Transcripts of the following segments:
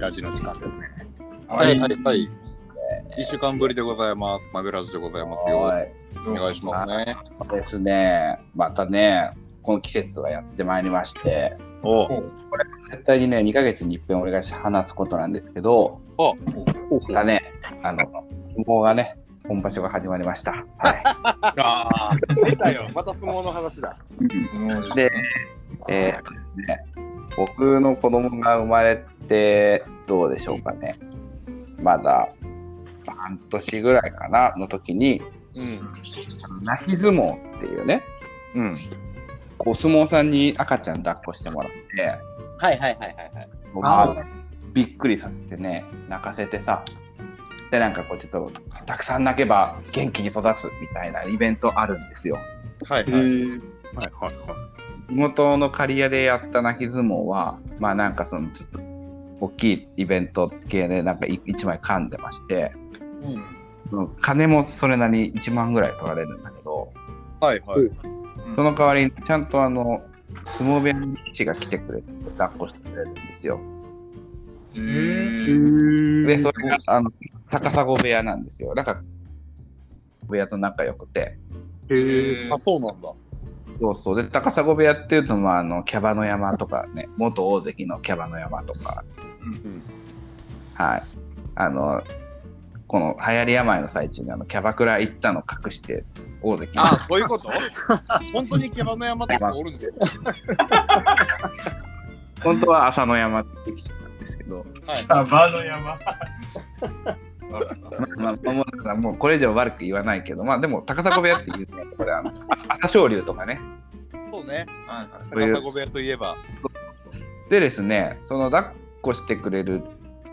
ラジの時間ですね。はい、はい、はい。一週間ぶりでございます。マベラジでございますよ。はい。お願いしますね。ですね。またね、この季節がやってまいりまして、おお絶対にね、2ヶ月に一遍俺が話すことなんですけど、おまたね、あの、相撲がね、本場所が始まりました。はああ、出た よ。また相撲の話だ。 もうでい。えーね、僕の子供が生まれて、どうでしょうかね。まだ半年ぐらいかな、の時に、うん。泣き相撲っていうね、うん。お相撲さんに赤ちゃん抱っこしてもらって、はいはいはいはいはい。もうあまあびっくりさせてね泣かせてさでなんかこうちょっとたくさん泣けば元気に育つみたいなイベントあるんですよはいはい。はいはいは地元の刈谷でやった泣き相撲はまあなんかそのちょっと大きいイベント系でなんかい一枚噛んでましてその金もそれなりに1万ぐらい取られるんだけどはいはい。その代わりにちゃんとあの相撲弁理士が来てくれて抱っこしてくれるんですよい。で、それが、あの、高砂部屋なんですよ。だから、部屋と仲良くて。へあ、そうなんだ。そうそう。で、高砂部屋っていうと、まあ、あの、キャバの山とかね、元大関のキャバの山とか、うん。はい。あの、この流行り病の最中にあのキャバクラ行ったの隠して大関あの、そういうこと本当にキャバの山って人おるんだよ。本当は朝の山って来ちゃったんですけど、はい。あ、バーの山。まあ、もうだからもうこれ以上悪く言わないけど、まあでも高砂部屋って言うね、これあの朝青龍とかね、そうね。そういう高砂部屋といえば。でですね、その抱っこしてくれる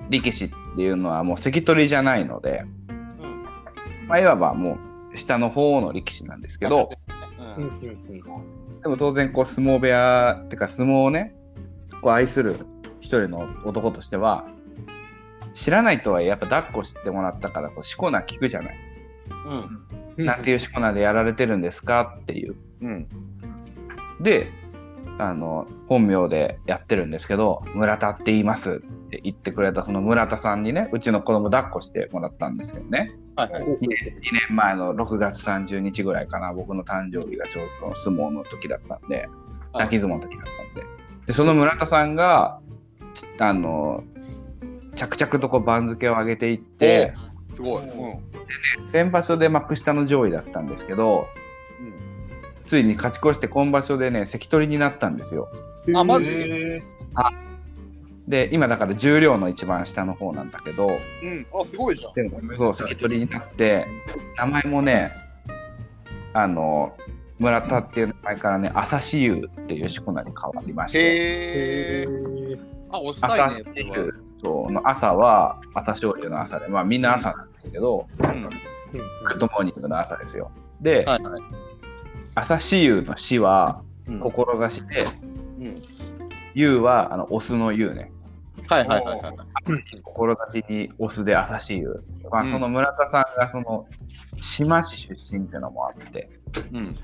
力士っていうのはもう関取じゃないので、うん。まあ、いわばもう下の方の力士なんですけど、うん。でも当然こう相撲部屋ってか相撲をね、こう愛する一人の男としては、知らないとはいえやっぱ抱っこしてもらったからこうしこ名聞くじゃない。うん。なんていうしこ名でやられてるんですかっていう。うん。で、あの本名でやってるんですけど村田って言いますって言ってくれたその村田さんにねうちの子供抱っこしてもらったんですけどねはいはい。 2年前の6月30日ぐらいかな僕の誕生日がちょうど相撲の時だったんではい泣き相撲の時だったんででその村田さんがちあの着々とこう番付を上げていってすごい。。うん先場所で幕下の上位だったんですけどついに勝ち越して今場所でね関取になったんですよ。あマジへで今だから十両の一番下の方なんだけどうん。あ、すごいじゃん。でもそう関取になって名前もねあの村田っていう名前からね朝志雄っていうしこ名に変わりましてへえ。あ、押した朝い志ね。雄そうの朝は朝勝利の朝でまあみんな朝なんですけど、うん。グッドモーニングの朝ですよで、はいはい。朝志雄の死はうん志でうん。雄はあのオスの雄ねはいはいはいはい。志にオスで朝志雄、まうあ、んその村田さんがその島市出身ってのもあってうん。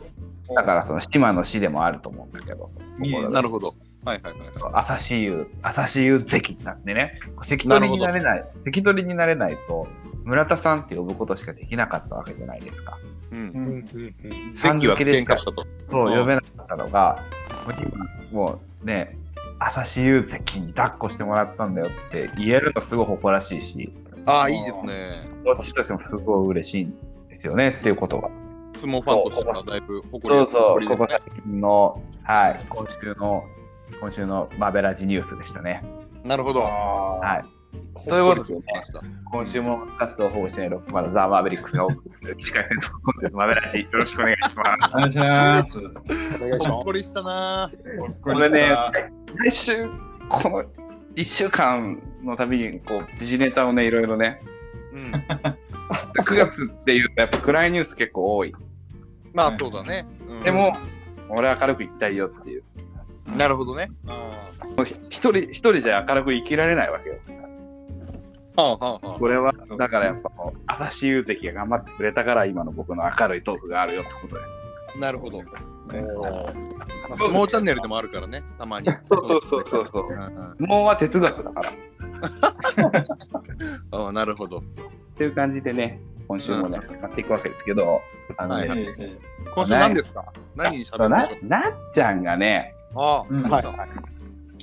だからその島の市でもあると思うんだけど、そのいいねなるほど。はいはいはいはい。朝志雄、朝志雄関なんでね、関取になれない、関取になれないと、村田さんって呼ぶことしかできなかったわけじゃないですか。うん。さん席付はけ危で険すか化らしたと。そう、うん呼べなかったのが、もう今もうね、朝志雄関に抱っこしてもらったんだよって言えるのすごい誇らしいし、ああ、いいですね。こっちとしてもすごい嬉しいんですよねっていうことが。相撲ファンとしてはだいぶ誇りがそうそ誇う、りでこすねこ最近の、はい、今週の、今週のマベラジニュースでしたね。なるほど。はいは。そういうことですよねほっりしました今週も活動保護しているまだザ・マーベリックスが多くて、近いところです。マーベラジ、よろしくお願いします。お願いします。ほっこりしたなぁ。これね、来週、この1週間のたびに、こう、時事ネタをね、いろいろね、うん。 9月っていうと、やっぱ暗いニュース結構多い。まあそうだね。うんでも、俺は明るくいきたいよっていう。なるほどね。あー一人、一人じゃ明るく生きられないわけよ。はあはあはあ。これは、だからやっぱ、朝志雄関が頑張ってくれたから、今の僕の明るいトークがあるよってことです。なるほど。まあ相撲チャンネルでもあるからね、たまに。そうそうそうそうそううんうんもうは哲学だから。ああ、なるほど。っていう感じでね、今週もね、やっていくわけですけど、あのね、はいえ今週何ですか何にしゃべるんでなしょうなっちゃんがね、ああ、うんどうした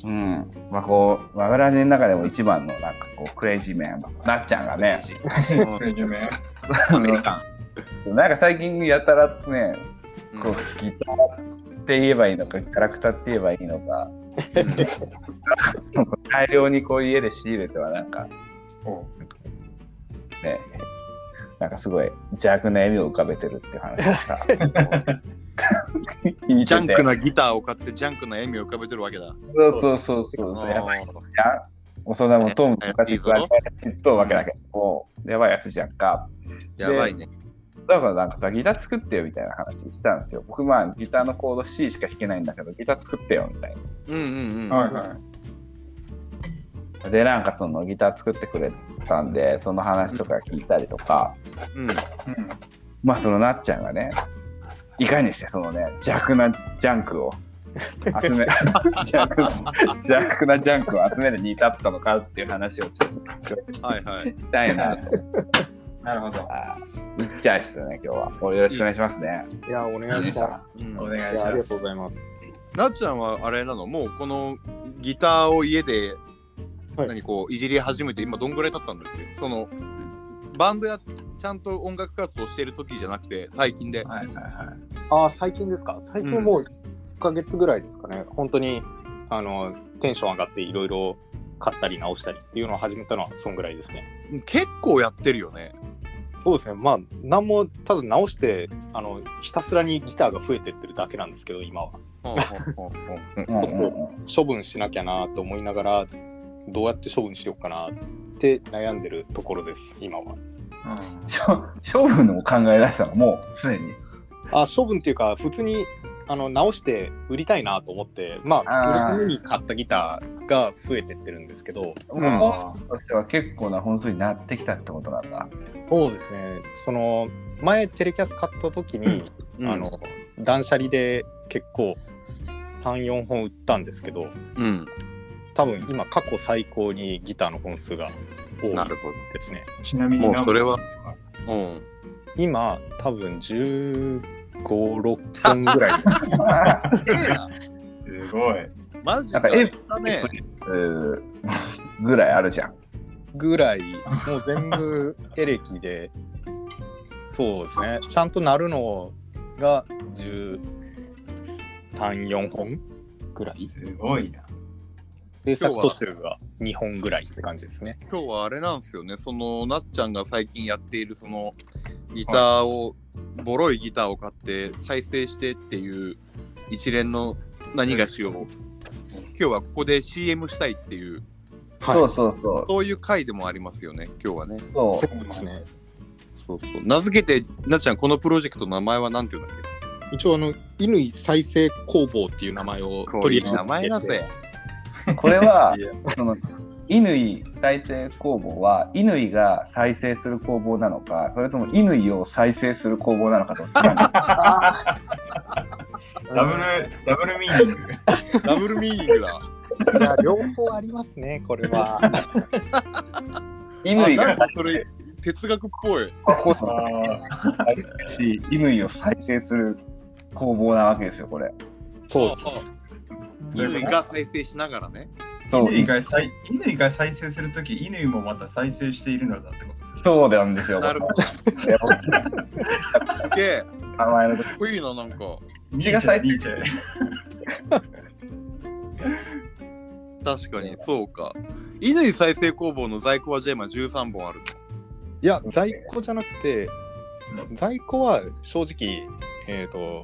うん、まあこう、我々の中でも一番のなんかこう、クレイジーメン、なっちゃんがね、えクレイジーメンアメリカなんか最近やたらとね、ン。こうギターって言えばいいのか、キャラクターって言えばいいのか、大量にこう家で仕入れてはなんかおね、なんかすごい邪悪な笑みを浮かべてるっていう話でさ、聞いジャてンてクなギターを買ってジャンクな笑みを浮かべてるわけだ。 そうそうそうそう、やばいじゃん。もうそんなもん、トムとかしくはとうわけだけど、もうやばいやつじゃんか。やばいね。だからなんかさ、ギター作ってよみたいな話したんですよ。僕、まあ、ギターのコード C しか弾けないんだけど、ギター作ってよみたいうんうんうん。はいはな。で、なんかそのギター作ってくれたんで、その話とか聞いたりとか、うんい。うん。まあ、そのなっちゃんがね、いかにしてそのね、邪悪なジャンクを集め、 邪悪な邪悪なジャンクを集めるに至ったのかっていう話をちょっと聞はいはい。きたいなと。なるほど。あーいっちゃいですよね、今日は。およろしくお願いしますね。いや、お願いします。うんお願いいしや、あまりがす。とうございます。なっちゃんはあれなのもうこのギターを家ではい何こういじり始めて今どんぐらい経ったんだっけそのバンドやちゃんと音楽活動してる時じゃなくて最近で。はいはいはい。あー、最近ですか最近もう1ヶ月ぐらいですかね。本当に、あの、テンション上がっていろいろ買ったり直したりっていうのを始めたのは、そんぐらいですね。結構やってるよね。そうですね。まあ、なんも、ただ直して、あの、ひたすらにギターが増えてってるだけなんですけど、今は。 うんうんうん処分しなきゃなと思いながら、どうやって処分しようかなって悩んでるところです、今は。しょ処分を考え出したのもうすでに。あ処分っていうか普通にあの直して売りたいなと思ってまああー売るために買ったギターが増えてってるんですけどうん本数としては結構な本数になってきたってことなんだ。そうですねその前テレキャス買った時に、うんあの断捨離で結構34本売ったんですけどうん。多分今過去最高にギターの本数が多いなるほですねちなみに、もうそれはど。うん。今多分1 5 6本ぐらいすごい。マジなんかエでイ。だね。うーぐらいあるじゃん。ぐらいもう全部エレキでそうですねちゃんと鳴るのが134本ぐらいすごいな。、で今作日は途中が2本ぐらいって感じですね今日はあれなんですよね、そのなっちゃんが最近やっているそのギターを、ボロいギターを買って再生してっていう一連の何がしを、今日はここで CM したいっていう、そうそうそう。そういう回でもありますよね、今日はね。そそうですねそうそう。名付けて、なっちゃん、このプロジェクトの名前はなんていうんだっけ一応あの乾再生工房っていう名前をこういう取り上げて名前だぜ。う。これはいやその、乾再生工房は、乾が再生する工房なのか、それとも乾を再生する工房なのかどっちなんだダブル、ダブルミーニング。ダブルミーニング だ。いや両方ありますねこれは乾あながんかそれ、哲学っぽい。工房なのか あし、乾を再生する工房なわけですよ、これ。 そうです犬が再生しながらね。あ。そう、犬が再乾が再生するとき、犬もまた再生しているのだってことでする。そうなんですよ。なるほど。すげえ。名前のことかっこいいな、なんか。犬が再生ニーチェニーチェ確かに、そうか。乾再生工房の在庫はじゃあ今13本あるいや在庫じゃなくて在庫は正直えっ、と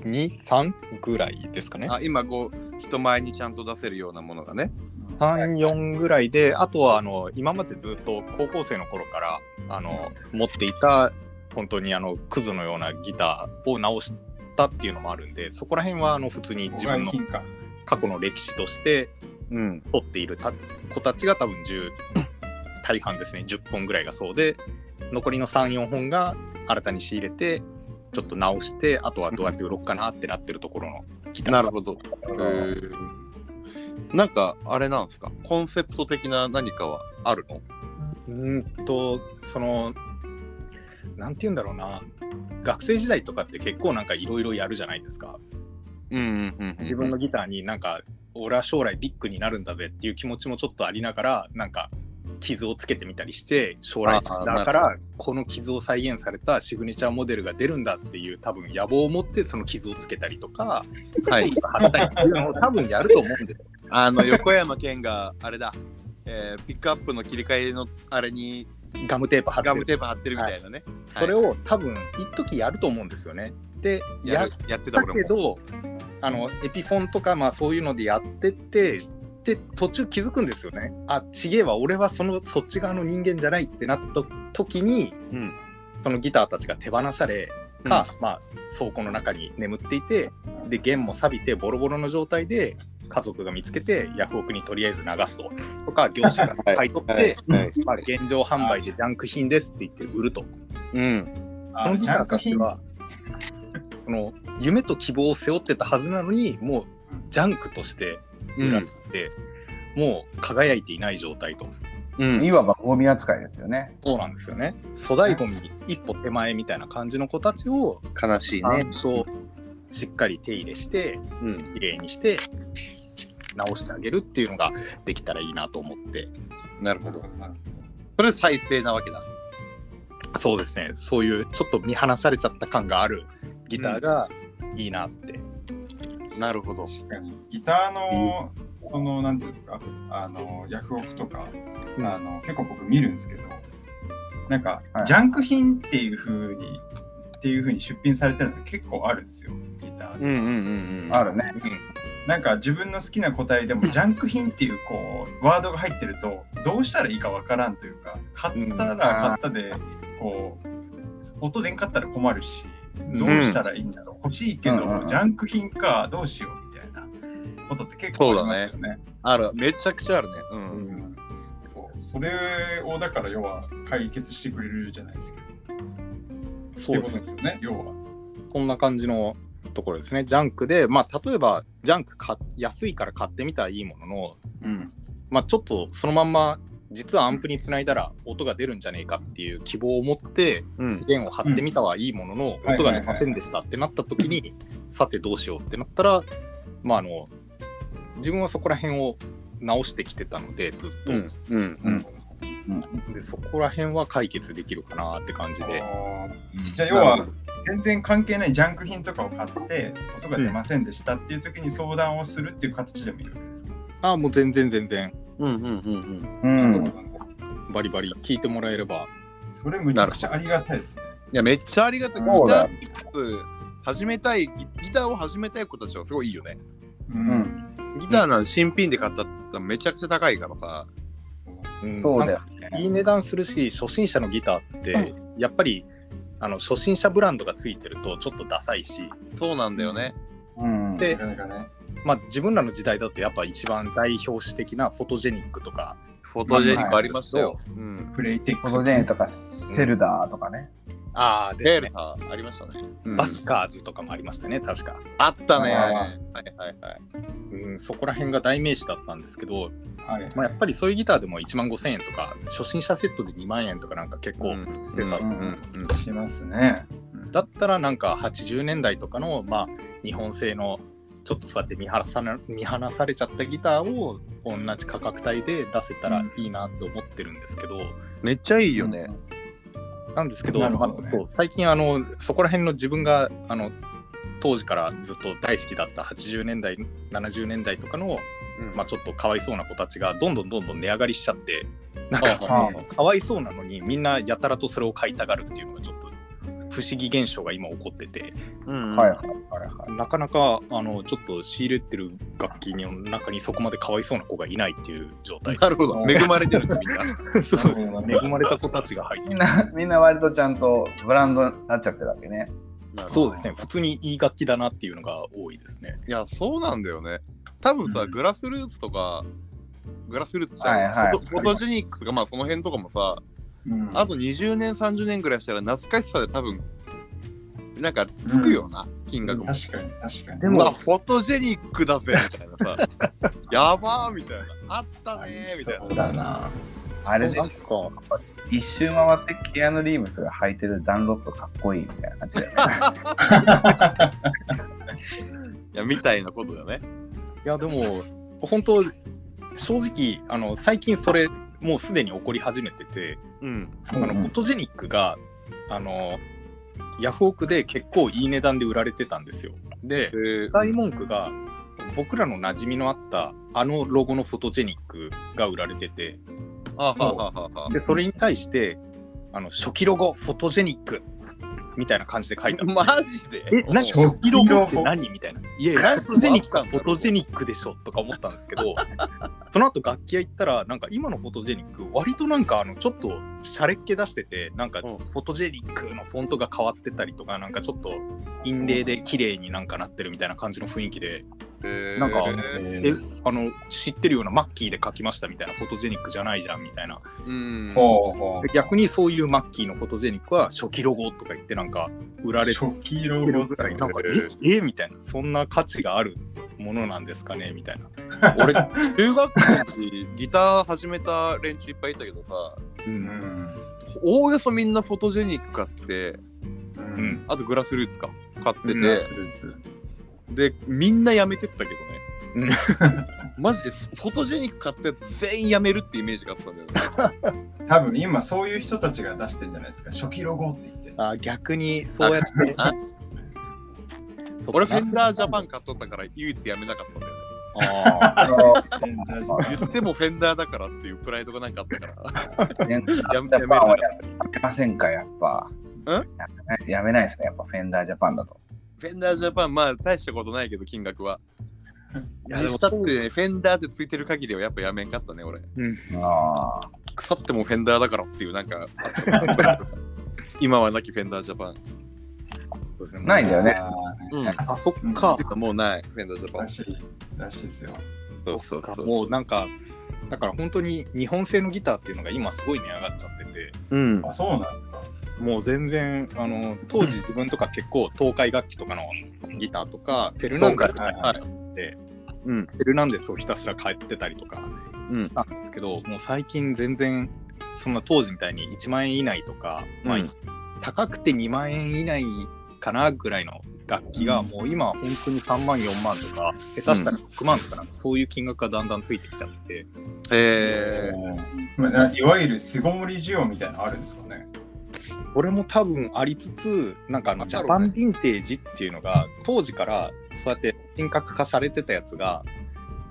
23ぐらいですかねの。あ、今こう、人前にちゃんと出せるようなものがね。 34ぐらいであとはあの今までずっと高校生の頃からあの持っていた本当にあのクズのようなギターを直したっていうのもあるんでそこら辺はあの普通に自分の金か。過去の歴史としてうん。取っているた子たちが多分10大半ですね10本ぐらいがそうで残りの34本が新たに仕入れてちょっと直してあとはどうやって売ろうかなってなってるところのギターなるほど。えうんーなんかあれなんですかコンセプト的な何かはあるのうーんとそのなんて言うんだろうな学生時代とかって結構なんかいろいろやるじゃないですかうんうんうん自分のギターになんか俺は将来ビッグになるんだぜっていう気持ちもちょっとありながらなんか傷をつけてみたりして将来ああだなからこの傷を再現されたシグネチャーモデルが出るんだっていう多分野望を持ってその傷をつけたりとかはい貼ったりっていうのを多分やると思うんですよ。あの横山健があれだ、えーピックアップの切り替えのあれにガムテープ貼ってガムテープ貼ってるみたいなね、それを多分一時やると思うんですよね。でややるやってただ俺けもどあのエピフォンとか、まあ、そういうのでやってってで途中気づくんですよねあちげえわ俺はそのそっち側の人間じゃないってなった時にうんそのギターたちが手放されか、まあ、倉庫の中に眠っていてで弦も錆びてボロボロの状態で家族が見つけてヤフオクにとりあえず流すととか業者が買い取って、はいまあ、現状販売でジャンク品ですって言って売ると。うんあそのギターたちジャンクはその夢と希望を背負ってたはずなのにもうジャンクとしてう売らんれてて、もう輝いていない状態とうんいわばゴミ扱いですよね。そうなんですよね粗大ゴミ一歩手前みたいな感じの子たちを悲しいちゃねんとしっかり手入れしてうん綺麗にして直してあげるっていうのができたらいいなと思ってなるほどそれ再生なわけだそうですねそういうちょっと見放されちゃった感があるギターがいいなって、なるほど確かにギターの、その、なんていうんですか、あの、ヤフオクとか、うんあの、結構僕見るんですけど、なんか、はいジャンク品っていう風に、っていう風に出品されてるのって結構あるんですよ、ギターでうんうんうんうんあるね。なんか自分の好きな答えでも、ジャンク品っていう、こう、ワードが入ってると、どうしたらいいかわからんというか、買ったら買ったで、こう、音でんかったら困るし、どうしたらいいんだろう、欲しいけど、うんうんうんジャンク品か、どうしようみたいなことって結構ありますよね。あるめちゃくちゃあるねうん、うんそうそれをだから要は解決してくれるじゃないですけど。そうっでてすことですねよね、要は。こんな感じのところですね。ジャンクで、まあ、例えば、ジャンクか安いから買ってみたらいいものの、うんまあ、ちょっとそのまんま、実はアンプにつないだら音が出るんじゃねえかっていう希望を持って、うん弦を張ってみたはいいものの、うん音が出ませんでしたってなった時に、さてどうしようってなったら、まあ、あの、自分はそこら辺を直してきてたので、ずっうと。んうんうんで、そこら辺は解決できるかなって感じで。あーじゃあ要は全然関係ないジャンク品とかを買って音が出ませんでしたっていう時に相談をするっていう形でもいいわけですか。ああ、もう全然全然、うんうんうんう。うんバリバリ聞いてもらえれば、それむちゃくちゃありがたいですね。いやめっちゃありがたいギタそうだーピック始めたいギギターを始めたい子たちはすごいいいよねうん。ギターなんて新品で買ったらめちゃくちゃ高いからさうんそうだよいい値段するし初心者のギターってやっぱりあの初心者ブランドがついてるとちょっとダサいし、そうなんだよねうん。でなかなかね。まあ、自分らの時代だとやっぱ一番代表史的なフォトジェニックとかフォトジェニックありましたよ、うんプレイテック。フォトジェネとかセルダーとかね。あーレですールねターありましたね、バスカーズとかもありましたね確か、あったねあはいーはいはいうん、そこら辺が代名詞だったんですけど、はい。まあ、やっぱりそういうギターでも1万5千円とか初心者セットで2万円とかなんか結構うんしてた、うんうんしますね。だったらなんか80年代とかの、まあ、日本製のちょっとそうやって見放さな見放されちゃったギターを同じ価格帯で出せたらいいなって思ってるんですけど、めっちゃいいよね、なんですけどなるほどねまあちょっと最近あのそこら辺の自分があの当時からずっと大好きだった80年代70年代とかの、うんまあ、ちょっとかわいそうな子たちがどんどんどんどん値上がりしちゃってなんはいかはかわいそうなのにみんなやたらとそれを買いたがるっていうのがちょっと不思議現象が今起こってて。うんうんはいはいはいはい。なかなかあのちょっと仕入れてる楽器の中にそこまでかわいそうな子がいないっていう状態なるほど恵まれて るんだみんなそうですなるほど恵まれた子たちが入ってみんるな、みんな割とちゃんとブランドになっちゃってるわけね。なるほどそうですね普通にいい楽器だなっていうのが多いですねいやそうなんだよね多分さ、うんグラスルーツとかグラスルーツじゃん、はいはいフォトフォトジェニックとかまあその辺とかもさうんあと20年30年ぐらいしたら懐かしさで多分なんかつくような、金額も。確かに確かに。でうわも、フォトジェニックだぜみたいなさ。やばーみたいな。あったねーみたいな。そうだな。あれでなん、か一周回ってケアヌ・リーブスが履いてるダンロップかっこいいみたいな感じだよね。いや、みたいなことだね。いやでも本当正直あの最近それもうすでに起こり始めてて、うん。あのフォトジェニックがあのヤフオクで結構いい値段で売られてたんですよ。でえー大文句が僕らの馴染みのあったあのロゴのフォトジェニックが売られててあはあはあはあはあ。でそれに対してあの初期ロゴフォトジェニックみたいな感じで書いたの。マジでえ、何初期ロゴって何みたいな。いや、何フォトジェニックはフォトジェニックでしょとか思ったんですけ ど、その後楽器屋行ったら、なんか今のフォトジェニック、割となんかあのちょっとシャレっ気出してて、なんかうフんォトジェニックのフォントが変わってたりとか、なんかちょっと陰霊で綺麗になんかなってるみたいな感じの雰囲気で、えーなんか ええ、あの、知ってるようなマッキーで描きましたみたいな、フォトジェニックじゃないじゃんみたいな。うん。ほうほうで。逆にそういうマッキーのフォトジェニックは初期ロゴとか言ってなんか売られて初期ロっゴてるとぐからいなんかええみたいなそんな価値があるものなんですかねみたいな、俺、中学校の時、ギター始めた連中いっぱいいたけどさ、うう、んん。おおよそみんなフォトジェニック買ってて、う。うんんあとグラスルーツか、買ってて、ナスルーツで、みんなやめてったけどうね。 マジで、フォトジェニック買ったやつ全員やめるってイメージがあったんだよね。多分今そういう人たちが出してんじゃないですか。初期ロゴって言って。あ逆にそうやってあそっか俺、フェンダージャパン買っとったから唯一やめなかったんだよね。ああ言ってもフェンダーだからっていうプライドがなんかあったか ら。全然やめジャパンはややめませんか、やっぱ。んやめないですね、やっぱフェンダージャパンだと。フェンダージャパン、まあ大したことないけど、金額は。いいや、やででももだって、フェンダーでついてる限りはやっぱやめんかったね、俺。ああ。腐ってもフェンダーだからっていう、なんかあったから、今はなきフェンダージャパン。あないんだよね。うん。あそっかもうない、フェンダージャパらン。しい、らしいですよ。そうそうそう。もうなんかだから本当に日本製のギターっていうのが今すごい値上がっちゃっててうん。あ、そうなんですか。もう全然あの当時自分とか結構東海楽器とかのギターとかフェルナンデスはいは。はいフェルナンデスをひたすら買ってたりとかうんし。たんですけど、もう最近全然そんな当時みたいに1万円以内とか、まあうん高くて2万円以内かなぐらいの楽器がもう今は本当に3万4万とか下手したら6万とかなんかそういう金額がだんだんついてきちゃって、えー、まあないわゆる巣ごもり需要みたいなのあるんですかね。これも多分ありつつなんかあのあジそうャねパンヴィンテージっていうのが当時からそうやって神格化されてたやつが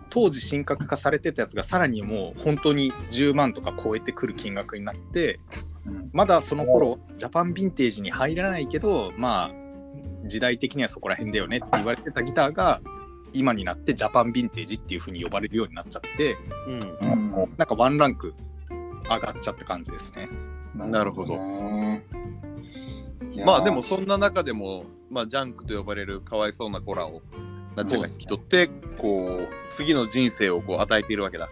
当時神格化されてたやつがさらにもう本当に10万とか超えてくる金額になってうんまだその頃ジャパンヴィンテージに入らないけどまあ時代的にはそこら辺だよねって言われてたギターが今になってジャパンヴィンテージっていう風に呼ばれるようになっちゃってうん。うんなんかワンランク上がっちゃった感じですね。なるほどね。いやーまあでも、そんな中でも、まあジャンクと呼ばれるかわいそうな子らを、なんていうか、引き取って、こう、次の人生をこう与えているわけだ。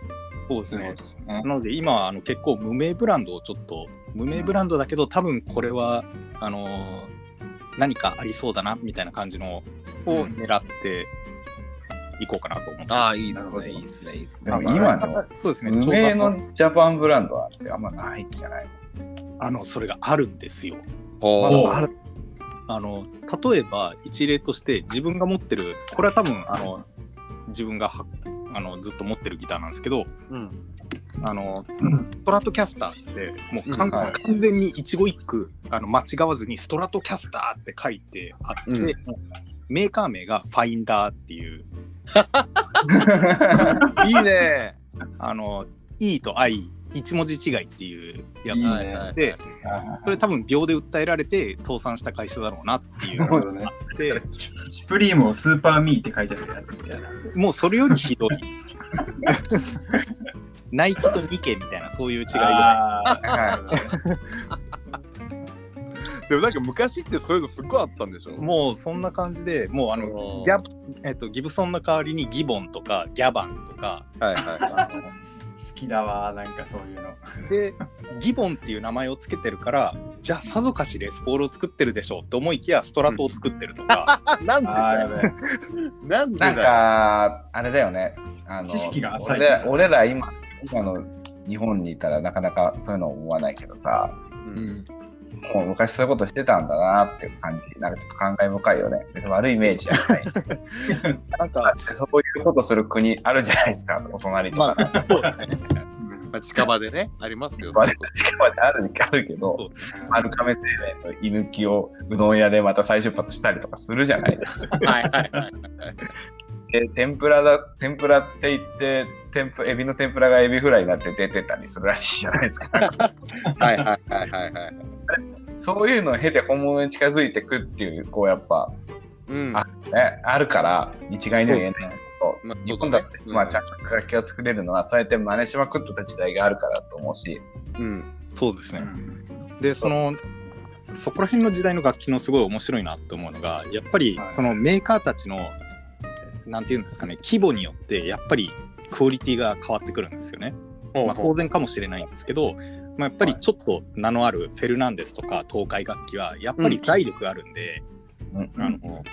そうでそうですね。なので今はあの結構無名ブランドをちょっと無名ブランドだけど多分これはあのー何かありそうだなみたいな感じのを狙っていこうかなと思って。ああ、いいですなるほどね、いいですね、いいですでね。も今のそうですね。無ちょうど名のジャパンブランドはってあんまないんじゃないあのそれがあるんですよ。ほおううあるあの例えば一例として自分が持ってるこれは多分あの自分がはあのずっと持ってるギターなんですけどうん。あのうんストラトキャスターってもうかんうんはい完全に一期一句あの間違わずにストラトキャスターって書いてあって、うんもうメーカー名がファインダーっていういいね。あの E と I 一文字違いっていうやついいねで、それ多分秒で訴えられて倒産した会社だろうなっていうなるのほどがねあ。って。シュプリームをスーパーミーって書いてあるやつみたいな。もうそれよりひどい。 ナイキとニケみたいなそういう違いがあーなるほどねでもなんか昔ってそういうのすっごいあったんでしょもうそんな感じでもうああののーギャ、えっとギブソンの代わりにギボンとかギャバンとかはいは好きだわ、なんかそういうの。でギボンっていう名前をつけてるからじゃあさぞかしレスポールを作ってるでしょうって思いきやストラトを作ってるとか、あなんでああ、だやよ。ばい。なんでなだんよ。か、あれだよね。あの知識が浅い俺ら俺ら今、今の日本にいたらなかなかそういうの思わないけどさ、 うんもう昔そういうことしてたんだなっていう感じ、なんかちょっと感慨深いよね。別に悪いイメージじゃ ない。なん か、そういうことする国あるじゃないですか、お隣とか。まあ、そうですね。まあ、近場でね、ありますよ。まあ、近まであるあるけど、アルカメ生命と居抜きをうどん屋でまた再出発したりとかするじゃないですか。はいはいはい。で天ぷらだ天ぷらって言って天ぷエビの天ぷらがエビフライになって出てたりするらしいじゃないですか。はいはいはいはいはい。そういうのを経て本物に近づいてくっていうこうやっぱ、うん。あね、あるから一概には言えないこと。まあ日本だって、まあ、ちゃゃんと楽器を作れるのは、そうやって真似しまくってた時代があるからと思うし、うん。そうですうね。んで、その、そこら辺の時代の楽器のすごい面白いなって思うのが、やっぱりはいそのメーカーたちの、なんていうんですかね、規模によって、やっぱりクオリティが変わってくるんですよね。まあ、当然かもしれないんですけど、まあ、やっぱりちょっと名のあるフェルナンデスとか東海楽器はやっぱり財力があるんで、うんあの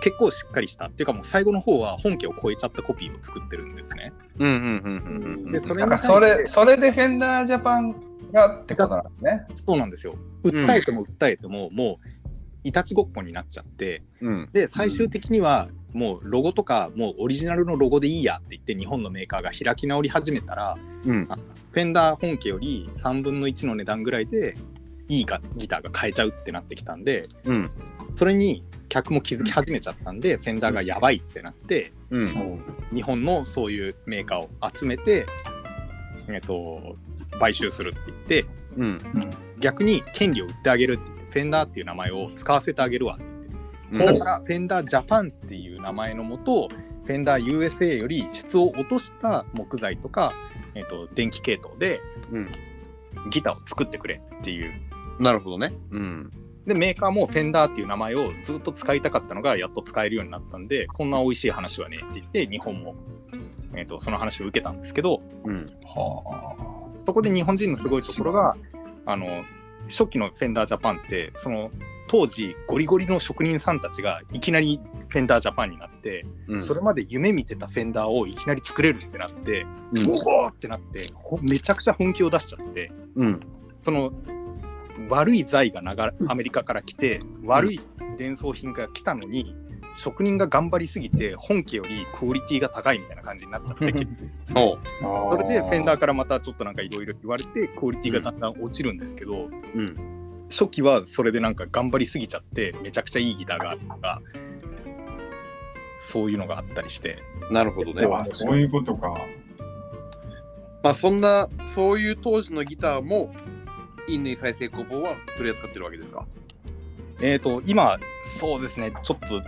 結構しっかりしたっていうかもう最後の方は本家を超えちゃったコピーを作ってるんですね。うんうんうんうんうん。でそれなんかそれそれでフェンダージャパンがってことなんですね。そうなんですよ訴えても訴えても、もういたちごっこになっちゃってうん。で最終的にはもうロゴとかもうオリジナルのロゴでいいやって言って日本のメーカーが開き直り始めたらうん。フェンダー本家より3分の1の値段ぐらいでいいがギターが買えちゃうってなってきたんでうん。それに客も気づき始めちゃったんで、フェンダーがやばいってなって、うん。日本のそういうメーカーを集めて、えっと、買収するって言って、うん。逆に権利を売ってあげるって言って、フェンダーっていう名前を使わせてあげるわって言って、うんだからフェンダージャパンっていう名前のもと、フェンダー USA より質を落とした木材とか、えっと、電気系統でうん。ギターを作ってくれっていうなるほどね。うん。でメーカーもフェンダーっていう名前をずっと使いたかったのがやっと使えるようになったんでこんな美味しい話はねって言って日本も、えー、とその話を受けたんですけどうん。はそこで日本人のすごいところがあの初期のフェンダージャパンってその当時ゴリゴリの職人さんたちがいきなりフェンダージャパンになって、うん。それまで夢見てたフェンダーをいきなり作れるってなって、おおーってなってほめちゃくちゃ本気を出しちゃって。うん。その悪い財が流れアメリカから来て悪い伝送品が来たのに職人が頑張りすぎて本家よりクオリティが高いみたいな感じになっちゃっておう。それでフェンダーーからまたちょっとなんかいろいろ言われてクオリティがだんだん落ちるんですけど、うん。初期はそれでなんか頑張りすぎちゃってめちゃくちゃいいギターがあるとかそういうのがあったりしてなるほどねで。はそういうことか。まあそんな、そういう当時のギターも、インネイ再生工房は取り扱ってるわけですか。えっ、と今そうですねちょっと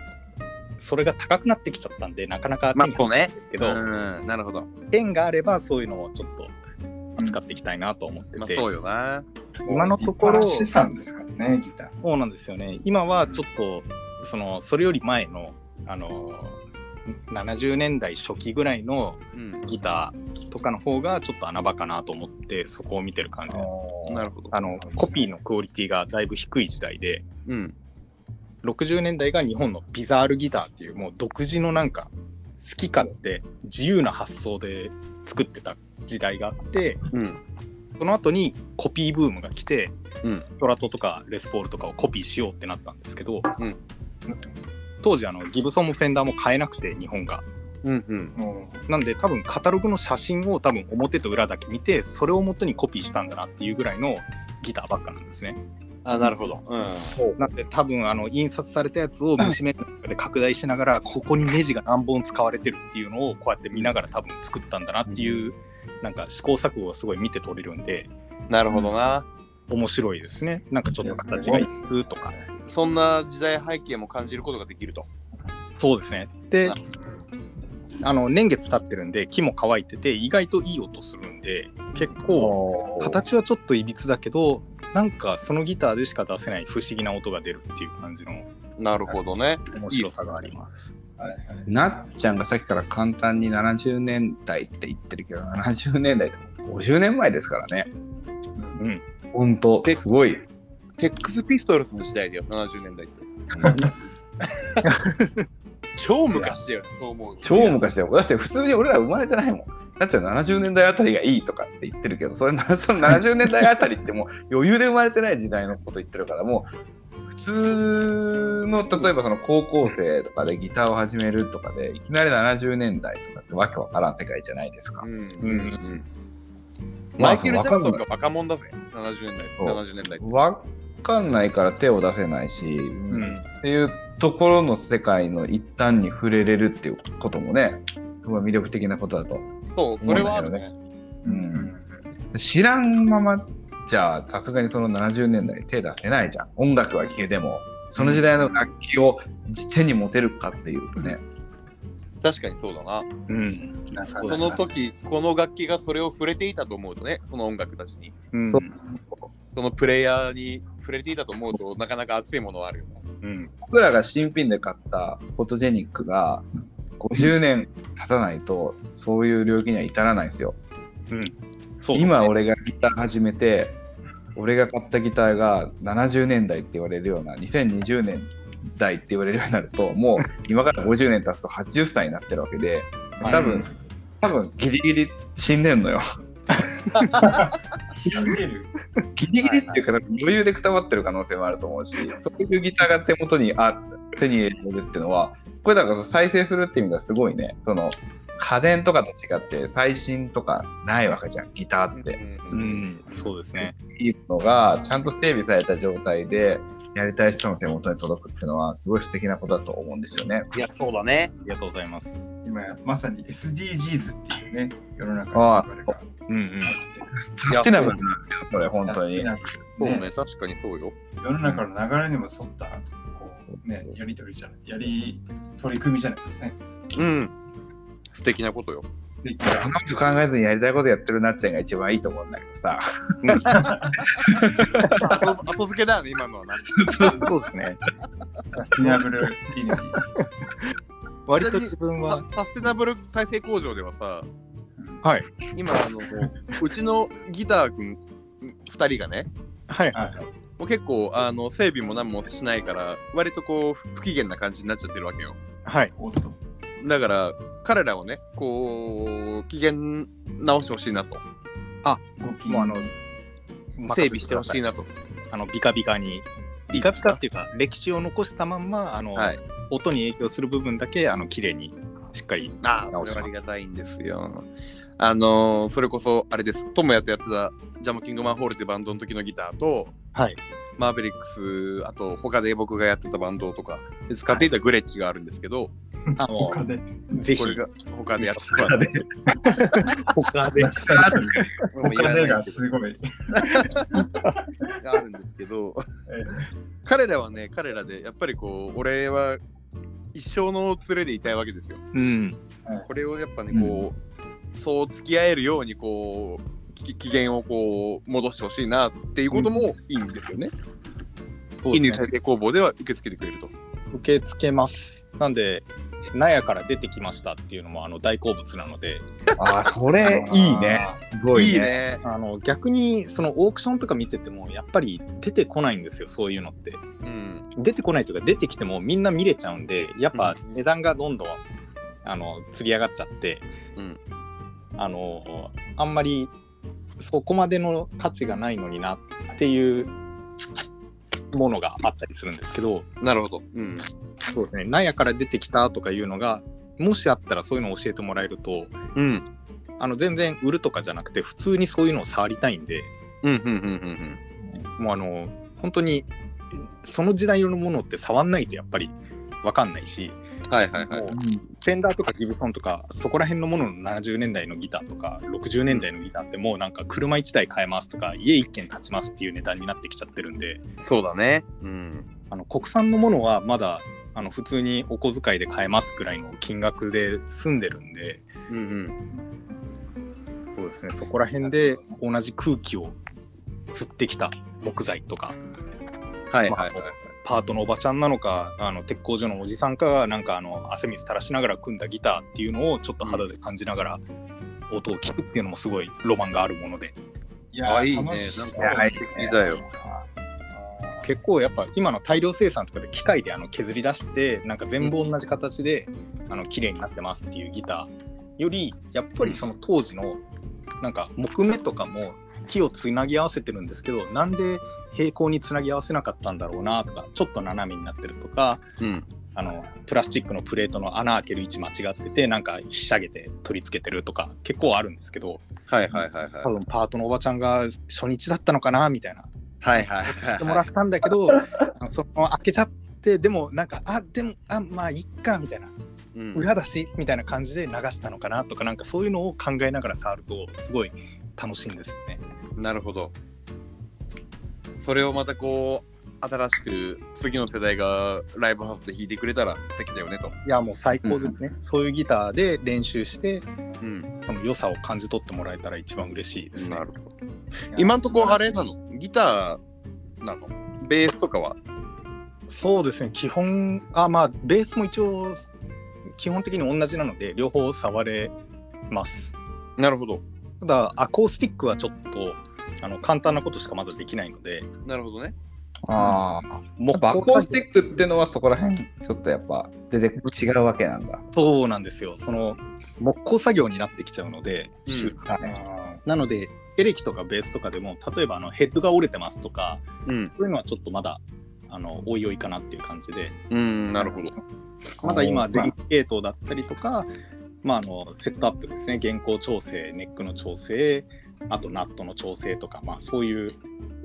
それが高くなってきちゃったんでなかなか手に入らないんですけけど、ど、うん。なるほど。縁があればそういうのをちょっと扱っていきたいなと思ってまあて、そうよな。今のところ立派な資産ですからね、ギター。そうなんですよね今はちょっとそのそれより前のあの70年代初期ぐらいのうん。ギターとかの方がちょっと穴場かなと思ってそこを見てる感じですなるほど。あのコピーのクオリティがだいぶ低い時代でうん。 60年代が日本のビザールギターっていうもう独自のなんか好き勝手自由な発想で作ってた時代があって、うん。その後にコピーブームが来て、うんストラトとかレスポールとかをコピーしようってなったんですけど、うん当時あのギブソンもフェンダーも買えなくて日本がうん。うん。もなんで多分カタログの写真を多分表と裏だけ見てそれを元にコピーしたんだなっていうぐらいのギターばっかなんですねあ、なるほど。うん。なんで多分あの印刷されたやつを虫眼鏡で拡大しながらここにネジが何本使われてるっていうのをこうやって見ながら多分作ったんだなっていう、なんか試行錯誤がすごい見て取れるんで、なるほどな。面白いですね。なんかちょっと形がいくとか。そんな時代背景も感じることができると。そうですね。で、あの年月経ってるんで木も乾いてて意外といい音するんで結構こう形はちょっといびつだけどなんかそのギターでしか出せない不思議な音が出るっていう感じのなるほどね。面白さがあります。うはいはいなっちゃんがさっきから簡単に70年代って言ってるけど70年代って50年前ですからね。うんほんとですごいテックスピストルスの時代だよ、70年代って。 超昔だよね、そう思うと。超昔だよ。だって普通に俺ら生まれてないもん。だって70年代あたりがいいとかって言ってるけど、それな その70年代あたりってもう余裕で生まれてない時代のこと言ってるから、もう普通の例えばその高校生とかでギターを始めるとかで、いきなり70年代とかってわけわからん世界じゃないですかう。んうんうんマまあイケル・ジャそのクソンわかんがない若者だぜ、70年代。そう70年代。わかんないから手を出せないし、うんっていうところの世界の一端に触れれるっていうこともね、すごい魅力的なことだと。そう、それはあるね。うん知らんままじゃあさすがにその70年代に手出せないじゃん音楽は消えてもその時代の楽器を手に持てるかっていうね確かにそうだな。うんなんかそそうですねの時、この楽器がそれを触れていたと思うとね、その音楽たちに。うんそうそのプレイヤーに触れていたと思うと、なかなか熱いものはあるよね。うん僕らが新品で買ったフォトジェニックが50年経たないとそういう領域には至らないんですよそう今俺がギター始めて俺が買ったギターが70年代って言われるような2020年代って言われるようになるともう今から50年経つと80歳になってるわけで多分、うん多分ギリギリ死んでんのよ死んでる。ギリギリっていうか多分余裕でくたばってる可能性もあると思うしそういうギターが手元にあ手に入れられるっていうのはこれだから再生するって意味ではすごいねその家電とかと違って最新とかないわけじゃんギターって。ううんんそうですねいいのがちゃんと整備された状態でやりたい人の手元に届くっていうのはすごい素敵なことだと思うんですよね。いや、そうだね。ありがとうございます今まさに SDGs っていうね、世の中ああの流れがあってうんうんサステナブルなんですよ、それ本当に。なんかそうねね、確かにそうよ。世の中の流れにも沿った、こう、ね、やりとりじゃない、やり、取り組みじゃないですかね。うん。素敵なことよ。でいそんなこと考えずにやりたいことやってるなっちゃんが一番いいと思うんだけどさ。後後付けだよね、今のはな。 そうですねサスティナブルリネティ割と自分はさサステナブル再生工場ではさ、はい今あの、うちのギター君2人がね、 はいもう結構あの整備も何もしないから、割とこう不不機嫌な感じになっちゃってるわけよ。はいおっと。だから、彼らをね、こう、機嫌直してほしいなと、ご機もうあの整備してほしいなと。あのビカビカにビカビカっていうか歴史を残したまんまあの、はい。音に影響する部分だけあの綺麗にしっ かりああ、直そしれはまありすがたいんですよ。あのーそれこそ、あれです、トモヤとやってた、ジャムキングマンホールってバンドの時のギターと、はいマーベリックス、あと他で僕がやってたバンドとか、で使っていたグレッチがあるんですけど、あの他で。ぜひこれが他でやって他で他で他でがすごい。があるんですけどええ、彼らはね、彼らで、やっぱりこう、俺は一生の連れでいたいわけですよ。 うんこれをやっぱね、こう、そう付き合えるように、こう、き機嫌をこう戻してほしいなっていうこともいいんですよね。そ乾、うですね再生工房では受け付けてくれると。受け付けますなんで納屋から出てきましたっていうのもあの大好物なのでああ、それいいね。すごいね。いいね。あの逆にそのオークションとか見ててもやっぱり出てこないんですよそういうのってうん。出てこないというか出てきてもみんな見れちゃうんでやっぱう値段がどんどんあのつり上がっちゃって、うんあのあんまりそこまでの価値がないのになっていうものがあったりするんですけどなるほど。うん。そうですね納屋から出てきたとかいうのがもしあったらそういうのを教えてもらえるとうん。あの全然売るとかじゃなくて普通にそういうのを触りたいんでうん。うん。うん。うん。もうあの本当にその時代のものって触んないとやっぱり分かんないし、はいはいはいもう。フェンダーとかギブソンとかそこら辺のものの70年代のギターとか60年代のギターってもうなんか車1台買えますとか家1軒建ちますっていう値段になってきちゃってるんでそうだね。うん。あの国産のものはまだあの普通にお小遣いで買えますくらいの金額で済んでるんでうんうん。そうですねそこら辺で同じ空気を吸ってきた木材とかはいはいはい。パートのおばちゃんなのかあの鉄工所のおじさんかがなんかあの汗水垂らしながら組んだギターっていうのをちょっと肌で感じながら音を聞くっていうのもすごいロマンがあるものでいやあいー、いね楽しなんいかいやいいね素敵だよあ結構やっぱ今の大量生産とかで機械であの削り出してなんか全部同じ形であの綺麗になってますっていうギターよりやっぱりその当時のなんか木目とかも木をつなぎ合わせてるんですけどなんで平行につなぎ合わせなかったんだろうなとかちょっと斜めになってるとかうん。あのプラスチックのプレートの穴開ける位置間違っててなんかひしゃげて取り付けてるとか結構あるんですけどはいはいはい多はい。分パートのおばちゃんが初日だったのかなみたいなはいはいやってはもいらは。ったんだけどあのその開けちゃってでもなんかあでもあまあいっかみたいないうん裏だしみたいな感じで流したのかなとかなんかそういうのを考えながら触るとすごい楽しいんですよね。なるほど。それをまたこう、新しく次の世代がライブハウスで弾いてくれたら素敵だよねと。いやもう最高ですね、そういうギターで練習してうん。その良さを感じ取ってもらえたら一番嬉しいですね。ほど。今んとこあれなのギターなのベースとかはそうですね基本あまあベースも一応基本的に同じなので両方触れます。なるほど。ただアコースティックはちょっとあの簡単なことしかまだできないのでなるほどね。ああ。木バッ工ク作業アスティックってのはそこら辺ちょっとやっぱ出て違うわけなんだ。そうなんですよその木工作業になってきちゃうので、うんしゅはいなのでエレキとかベースとかでも例えばあのヘッドが折れてますとかうん。そういうのはちょっとまだあのおいおいかなっていう感じでうん、なるほど。まだ今あーデリケートだったりとか、まあ、あのセットアップですね原稿調整ネックの調整あとナットの調整とか、まあ、そういう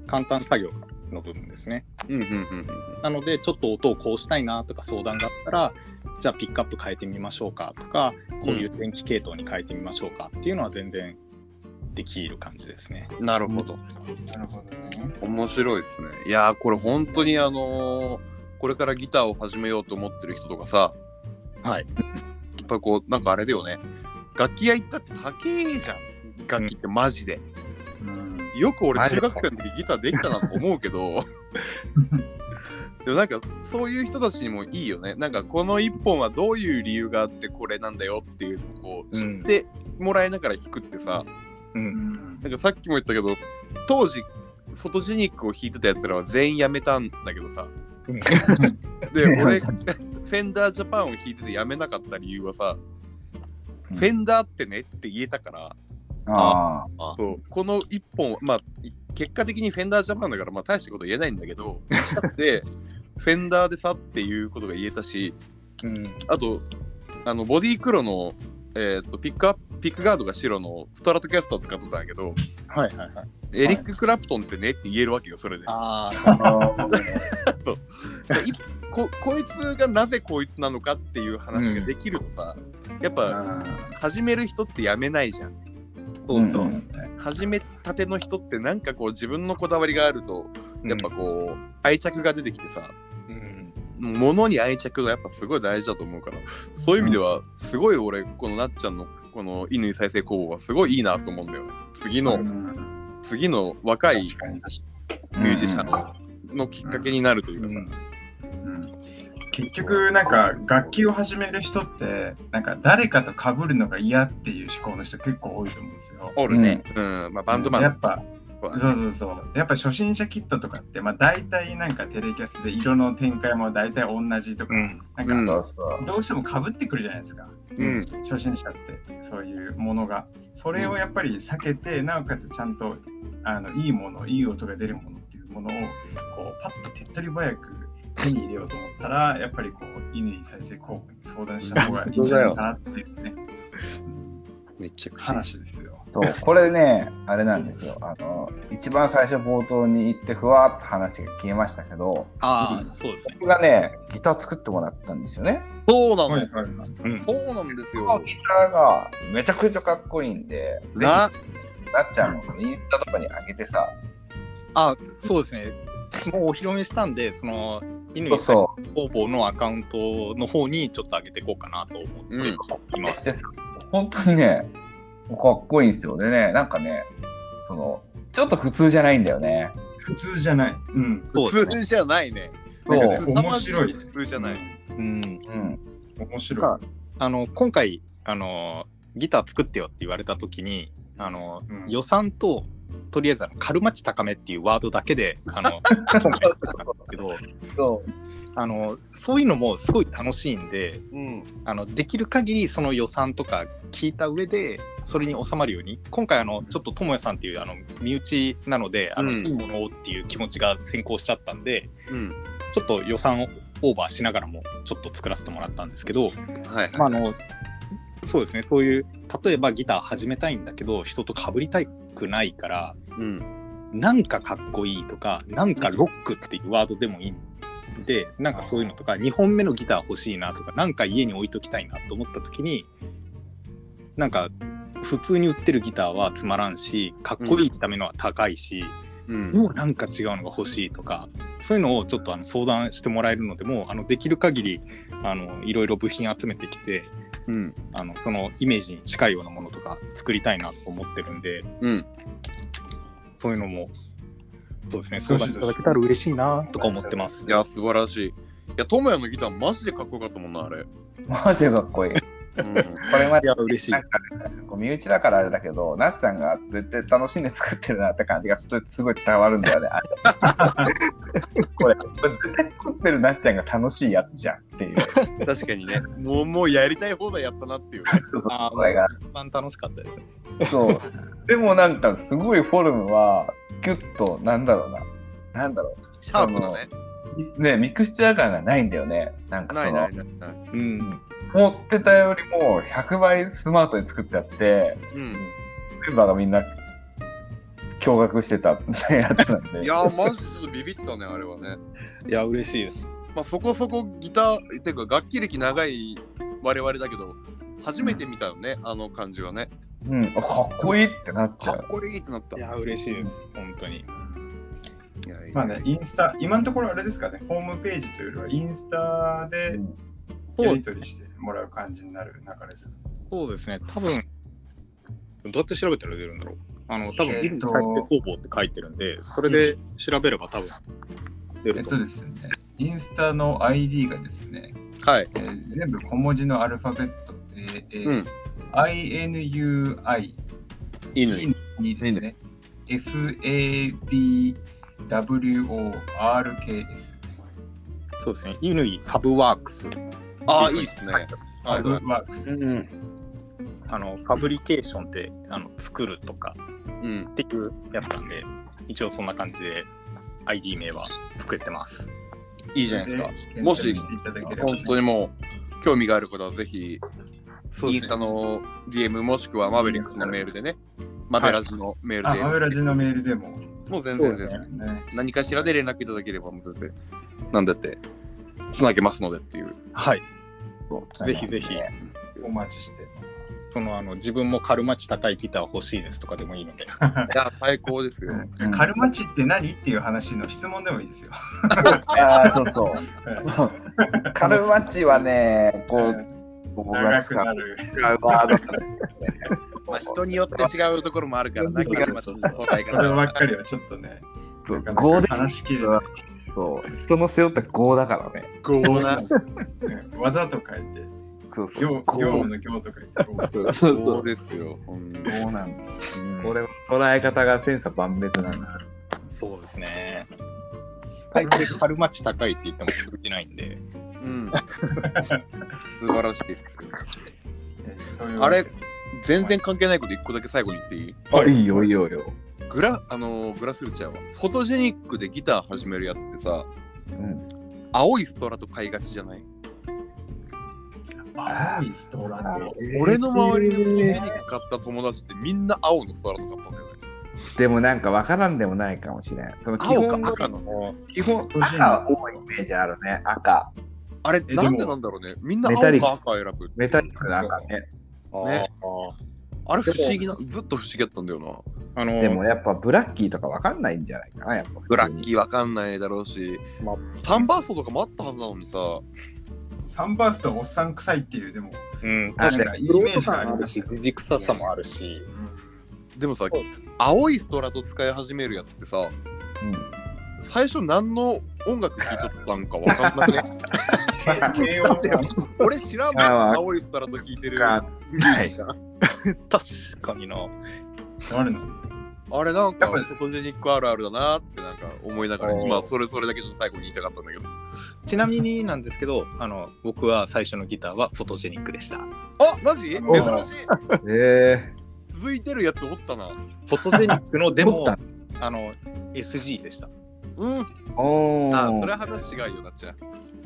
簡単作業の部分ですねうんうんうんなのでちょっと音をこうしたいなとか相談があったらじゃあピックアップ変えてみましょうかとかこういう電気系統に変えてみましょうかっていうのは全然できる感じですね。うん。なるほど。なるほどね。面白いですね。いやー、これ本当にあのーこれからギターを始めようと思ってる人とかさ、はい、やっぱりこう、なんかあれだよね。楽器屋行ったって高えじゃん。楽器ってマジで。うん。よく俺はい中学生の時ギターできたなと思うけどでもなんかそういう人たちにもいいよねなんかこの1本はどういう理由があってこれなんだよっていうのをこうう知んってもらいながら弾くってさ、うんなんかさっきも言ったけど当時フォトジェニックを弾いてたやつらは全員やめたんだけどさうんで俺フェンダージャパンを弾いててやめなかった理由はさ、うんフェンダーってねって言えたから、あそうこの1本、まあ、い結果的にフェンダージャパンだから、まあ、大したこと言えないんだけど、 で、フェンダーでさっていうことが言えたし、うんあと、あのボディクロの、えーっとピックアップピックガードが白のストラトキャスター使ってたんだけど、はいはいはい。エリック・クラプトンってねって言えるわけよ、それで。ああ、あいここいつがなぜこいつなのかっていう話ができるとさ、やっぱ始める人ってやめないじゃん。あ。うんそううん始めたての人ってなんかこう自分のこだわりがあると、やっぱこう、愛着が出てきてさ、うん、物に愛着がやっぱすごい大事だと思うからそういう意味ではすごい俺このなっちゃんのこの乾再生工房はすごいいいなと思うんだよね次の、次の若い確かに確かミュージシャンの,、のきっかけになるというかさ、にうん結局なんか楽器を始める人ってなんか誰かと被るのが嫌っていう思考の人結構多いと思うんですよ。おるね、うんまあ、バンドマンやだっぱそうだそねうそうそう。やっぱ初心者キットとかって、まあ大体なんかテレキャスで色の展開も大体同じとか、うんなうんんかそうそう。どうしても被ってくるじゃないですか。うん初心者って、そういうものが。それをやっぱり避けて、なおかつちゃんとあのいいもの、いい音が出るものっていうものを、こうパッと手っ取り早く手に入れようと思ったら、やっぱりこう、乾再生候補に相談した方がいいんじゃないかなっていうね、めちゃくちゃ話ですよ。そうこれね、あれなんですよ。あの、一番最初冒頭に言って、ふわっと話が消えましたけど、ああ、そうですね。僕がね、ギター作ってもらったんですよね。そうなの、うんそうなんですそのよギターがめちゃくちゃかっこいいんで、ななっちゃんのインスタとかに上げてさ、あそうですね。もうお披露目したんで、その、そう乾さんそ。工房のアカウントの方にちょっと上げていこうかなと思っていうま。ですさ本当にね、かっこいいんですよ。でね、なんかね、その、ちょっと普通じゃないんだよね。普通じゃない。うん。そうで普すね。通じゃないねそうなんかね凄まじ面白い普通じゃない、うんうん。うん。面白い。あの今回あのギター作ってよって言われた時にあの、うん予算ととりあえずあのカルマ値高めっていうワードだけであの本名作ったんですけどそあのそういうのもすごい楽しいんでう。うん。あのできる限りその予算とか聞いた上でそれに収まるように今回あのちょっと智也さんっていうあの身内なのであの、うんいいものをっていう気持ちが先行しちゃったんでうん。ちょっと予算をオーバーしながらもちょっと作らせてもらったんですけど、はい。まあ、あのそうですねそういう例えばギター始めたいんだけど人と被りたくないからうん。なんかかっこいいとかなんかロックっていうワードでもいいんでなんかそういうのとか2本目のギター欲しいなとかなんか家に置いときたいなと思った時になんか普通に売ってるギターはつまらんしかっこいいためのは高いし、うん。もうなんか違うのが欲しいとかそういうのをちょっとあの相談してもらえるのでもうあのできる限りあのいろいろ部品集めてきてうん。あのそのイメージに近いようなものとか作りたいなと思ってるんでうん。そういうのもそうですねそ相う談いただけたら嬉しいなとか思ってますいや、素晴らしい。いや、智也のギター、マジでかっこよかったもんな、あれ。マジでかっこいい。こうん、 れまで嬉しいなんかね、こう身内だからあれだけど、なっちゃんが絶対楽しんで作ってるなって感じがすすごい伝わるんだよね。あれ これ、これ絶対作ってるなっちゃんが楽しいやつじゃんっていう。確かにね。もう、もうやりたい放題やったなっていう、ね。あーこれが一番楽しかったですねそう。でもなんかすごいフォルムは、ギュッと、なんだろうな。なんだろシャープなね。う。ね、ミクスチャー感がないんだよね。なんかなそいなのい、ないない。うん思ってたよりも100倍スマートに作ってあって、うん。メンバーがみんな驚愕してたみたいなやつ なんで。いやー、マジでちょっとビビったね、あれはね。いや嬉しいですまあ、そこそこギター、っていうか、楽器歴長い我々だけど、初めて見たよね、あの感じはね。うん、あかっこいいってなっちかゃうっ。こいいってなった。いや嬉しいです本当にいやいやまあね、インスタ、今のところあれですかね、ホームページというよりは、インスタでやり取りしてもらう感じになる流れです。そうですね、多分どうやって調べたら出るんだろう。あの、多分、えーとインサイト工房って書いてるんで、それで調べれば多分出えるっとと思う。ですね、インスタの ID がですね、はい。えー全部小文字のアルファベットで、えーうん INUI 犬。にですね、FABWORKS。そうですね、犬井サブワークス。ああ、いいっすね。サはいブワークス。うん、あの、ファブリケーションって、あの、作るとかうん。っていうやつなんで、一応そんな感じで ID 名は作ってます。いいじゃないですか。でもし検索していただければ本当にもう、興味がある方はぜひ、インスタの DM もしくはマベリックスのメールでね、マベラジのメーあ、ルで、マブラジのメールでも、もう全然そう全です然、ね、何かしらで連絡いただければ、もう全然、なんだって、つなげますのでっていう。はい。ぜひぜひ、お待ちして。その、あの、自分もカルマ値高いギター欲しいですとかでもいいので。いや、最高ですよ。うんカルマチって何っていう話の質問でもい いですよ。ああ、そうそう。 カルマチはね、こう、僕が長く使うなる。ワードまあ、人によって違うところもあるからな、そうかまた答えそ方ればはっかりはちょっとね、そうなか5なでか話しきれない。そう。人の背負った5だからね。豪な。うん技と書いて、そうそう。行豪業務の行と書いて、豪そうそ豪う。ですよ。ほんとそうなんだ。これは捉え方が千差万別なんだ。そうですね。大抵カルマ値高いって言っても作ってないんで。うん。素晴らしいです。えーというわけで全然関係ないこと一個だけ最後に言っていいあ、いいよ、いいよ、いいよ。グラ、あのーグラスルちゃんは、フォトジェニックでギター始めるやつってさ、うん青いストラと買いがちじゃない、青いストラン俺の周りでフォトジェニック買った友達ってみんな青のストラと買ったんだよね。でもなんかわからんでもないかもしれん。その基青本かの赤の。基本赤多いイメージあるね。赤。あれ、えなんででもなんだろうね。みんなメ青タリックか赤選ぶ。メタリックの赤ね。ねああれ不思議な、ずっと不思議だったんだよな。あのでもやっぱブラッキーとかわかんないんじゃないかな、やっぱ。ブラッキーわかんないだろうし、まあサンバーストとかもあったはずなのにさ、サンバーストおっさん臭いっていう、でも、うん、あ確確かかにに、イイメメーージジががああるりまますしす、じくささもあるし、でもさそう、青いストラと使い始めるやつってさ、最初何の音楽聴いとったんかわかんないね。慶応さん俺知らんもん、あー青いストラと聴いてる。がない。確かにな。あるのあれなんかやっぱりフォトジェニックあるあるだなってなんか思いながらおー今それそれだけちょっと最後に言いたかったんだけどちなみになんですけどあの僕は最初のギターはフォトジェニックでしたあマジ珍おーしいえ続いてるやつおったなフォトジェニックので持っもたあの SG でしたうんー、おあそおれ。は話違いよなっちゃん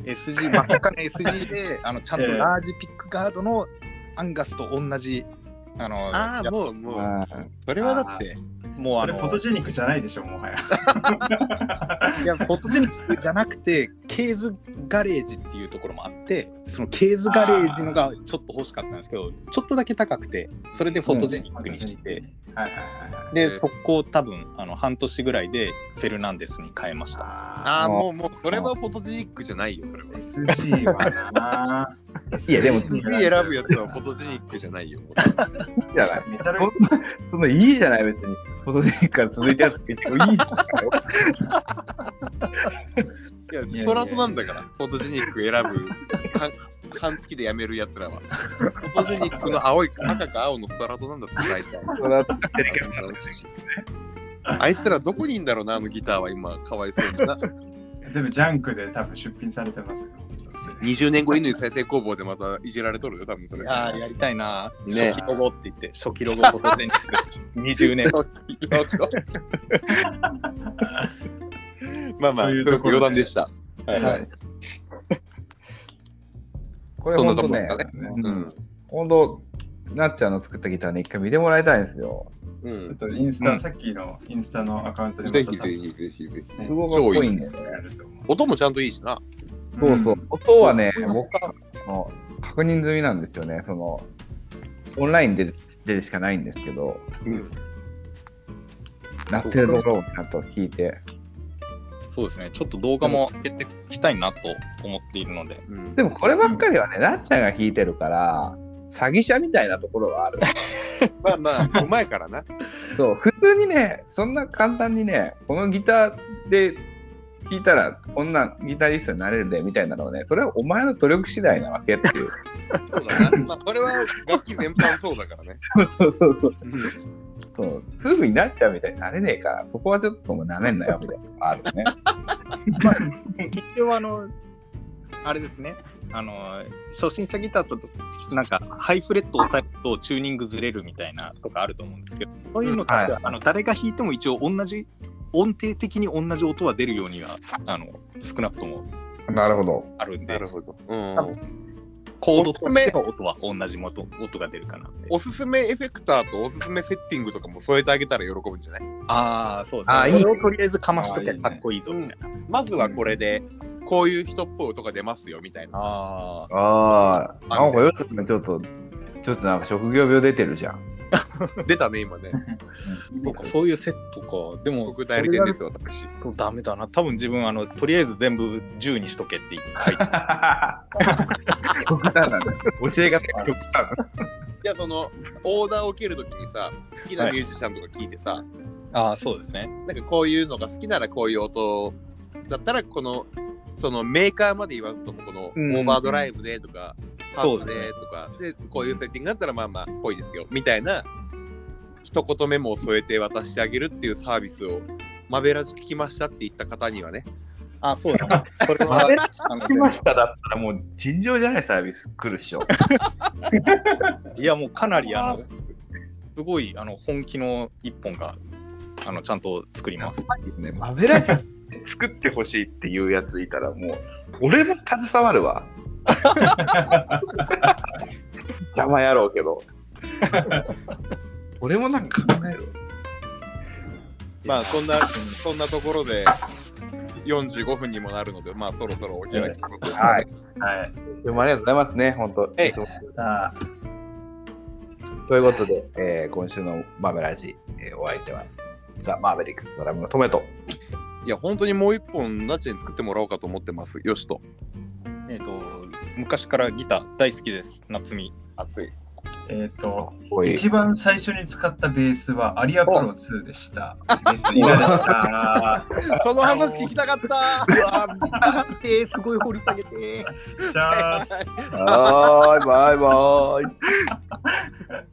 SG 真っ赤な SG であのちゃんとええラージピックガードのアンガスと同じあのああやもうもうあそれはだってもうああれのフォトジェニックじゃないでしょ、もはや。いやフォトジェニックじゃなくてケーズガレージっていうところもあってそのケーズガレージのがちょっと欲しかったんですけどちょっとだけ高くてそれでフォトジェニックにして、はいはいはいはい。でうん速攻多分あの半年ぐらいでフェルナンデスに変えましたああああーもうもうそれはフォトジェニックじゃないよそれはー SG はな。いやでも SG 選ぶやつはフォトジェニックじゃないよいいじゃない。メタルそんな、そんないいじゃない、別に。フォトジェニックが続いてるやつ結構いいじゃない。いやストラトなんだからフォトジェニック選ぶ半半月でやめるやつらはフォトジェニックの青い赤か青のストラトなんだって大体それはあいつらどこにいんだろうなあのギターは今かわいそう になでもジャンクで多分出品されてますよ。 20年後犬再生工房でまたいじられとるよ多分それあーやりたいな、ね初期ロゴって言って初期ロゴフォトジェニック20年 まあまあそといれうところで余談でしたはいはいこれそんな本と当こでねすかね、うねうんん、本当、なっちゃんの作ったギターね、一回見てもらいたいんですよ。うちょっんとインスタ、うんさっきのインスタのアカウントでぜひぜひぜひぜひねすごくかっこいいんだよね。やると思う音もちゃんといいしなそうそうう。音はね、うん僕あの確認済みなんですよね。その、オンラインででしかないんですけど、うん鳴ってるところをちゃんと聞いて。そうですねちょっと動画も上げていきたいなと思っているのでうんでもこればっかりはね、なっちゃんが弾いてるから、詐欺者みたいなところはある。まあまあうまいからなそう、普通にね、そんな簡単にね、このギターで弾いたら、こんなギタリストになれるで、みたいなのはね、それはお前の努力次第なわけっていう。 そうだなまあこれは楽器全般そうだから ねそうそうそううんそう。すぐになっちゃうみたいになれねえから、そこはちょっともうなめんなよ、みたいなのがあるね。一応あのあれですねあの初心者ギターだとなんかハイフレットを押さえるとチューニングずれるみたいなとかあると思うんですけどそういうのって、はいあの誰が弾いても一応同じ音程的に同じ音は出るようにはあの少なくともなるほど。あるんなでるほどうんコードとしての音は同じ音音が出るかなっておすすめエフェクターとおすすめセッティングとかも添えてあげたら喜ぶんじゃないああそうですあーいいねそれをとりあえずかましときあーゃいいねかっこいいぞみたいなまずはこれでこういう人っぽい音が出ますよみたいなさあああ、あなんかよくちょっと、ちょっとなんか職業病出てるじゃん。 出たね今ねあそういうセットかでも僕代理店ですよ私とダメだな多分自分あのとりあえず全部10にしとけって書いて極端なんだ。教え方が極端なんだ。いやそのオーダーを受けるときにさ好きなミュージシャンとか聞いてさ、ああそうですねなんかこういうのが好きならこういう音だったらこのそのメーカーまで言わずともこのオうんーバードライブでとか、パそうーだでねとかでこういうセッティングだったらまあまあっぽいですよみたいな一言メモを添えて渡してあげるっていうサービスをマベラジ聞きましたって言った方にはねあそう ですねそれはあの来ましただったらもう尋常じゃないサービス来るっしょ。いやもうかなりあのすごいあの本気の一本があのちゃんと作りますね、マベラジ作ってほしいっていうやついたらもう、俺も携わる わ。邪魔やろうけ ど。俺もなんか考えるまあそんなそんなところで45分にもなるのでまあそろそろお開きのことですね、はいはい。でもありがとうございますね、本当。ええいつもさあ、ということで、えー今週のマベラジ、えーお相手は、ザ・マーベリックスドラムのトメと。いや本当にもう一本ナッチに作ってもらおうかと思ってますよしとえっ、と昔からギター大好きです夏美熱いえっ、と、おい一番最初に使ったベースはアリアプロ2でした。ベースになりました。その話聞きたかったうわ見てすごい掘り下げてじゃあ。バイバイバイ。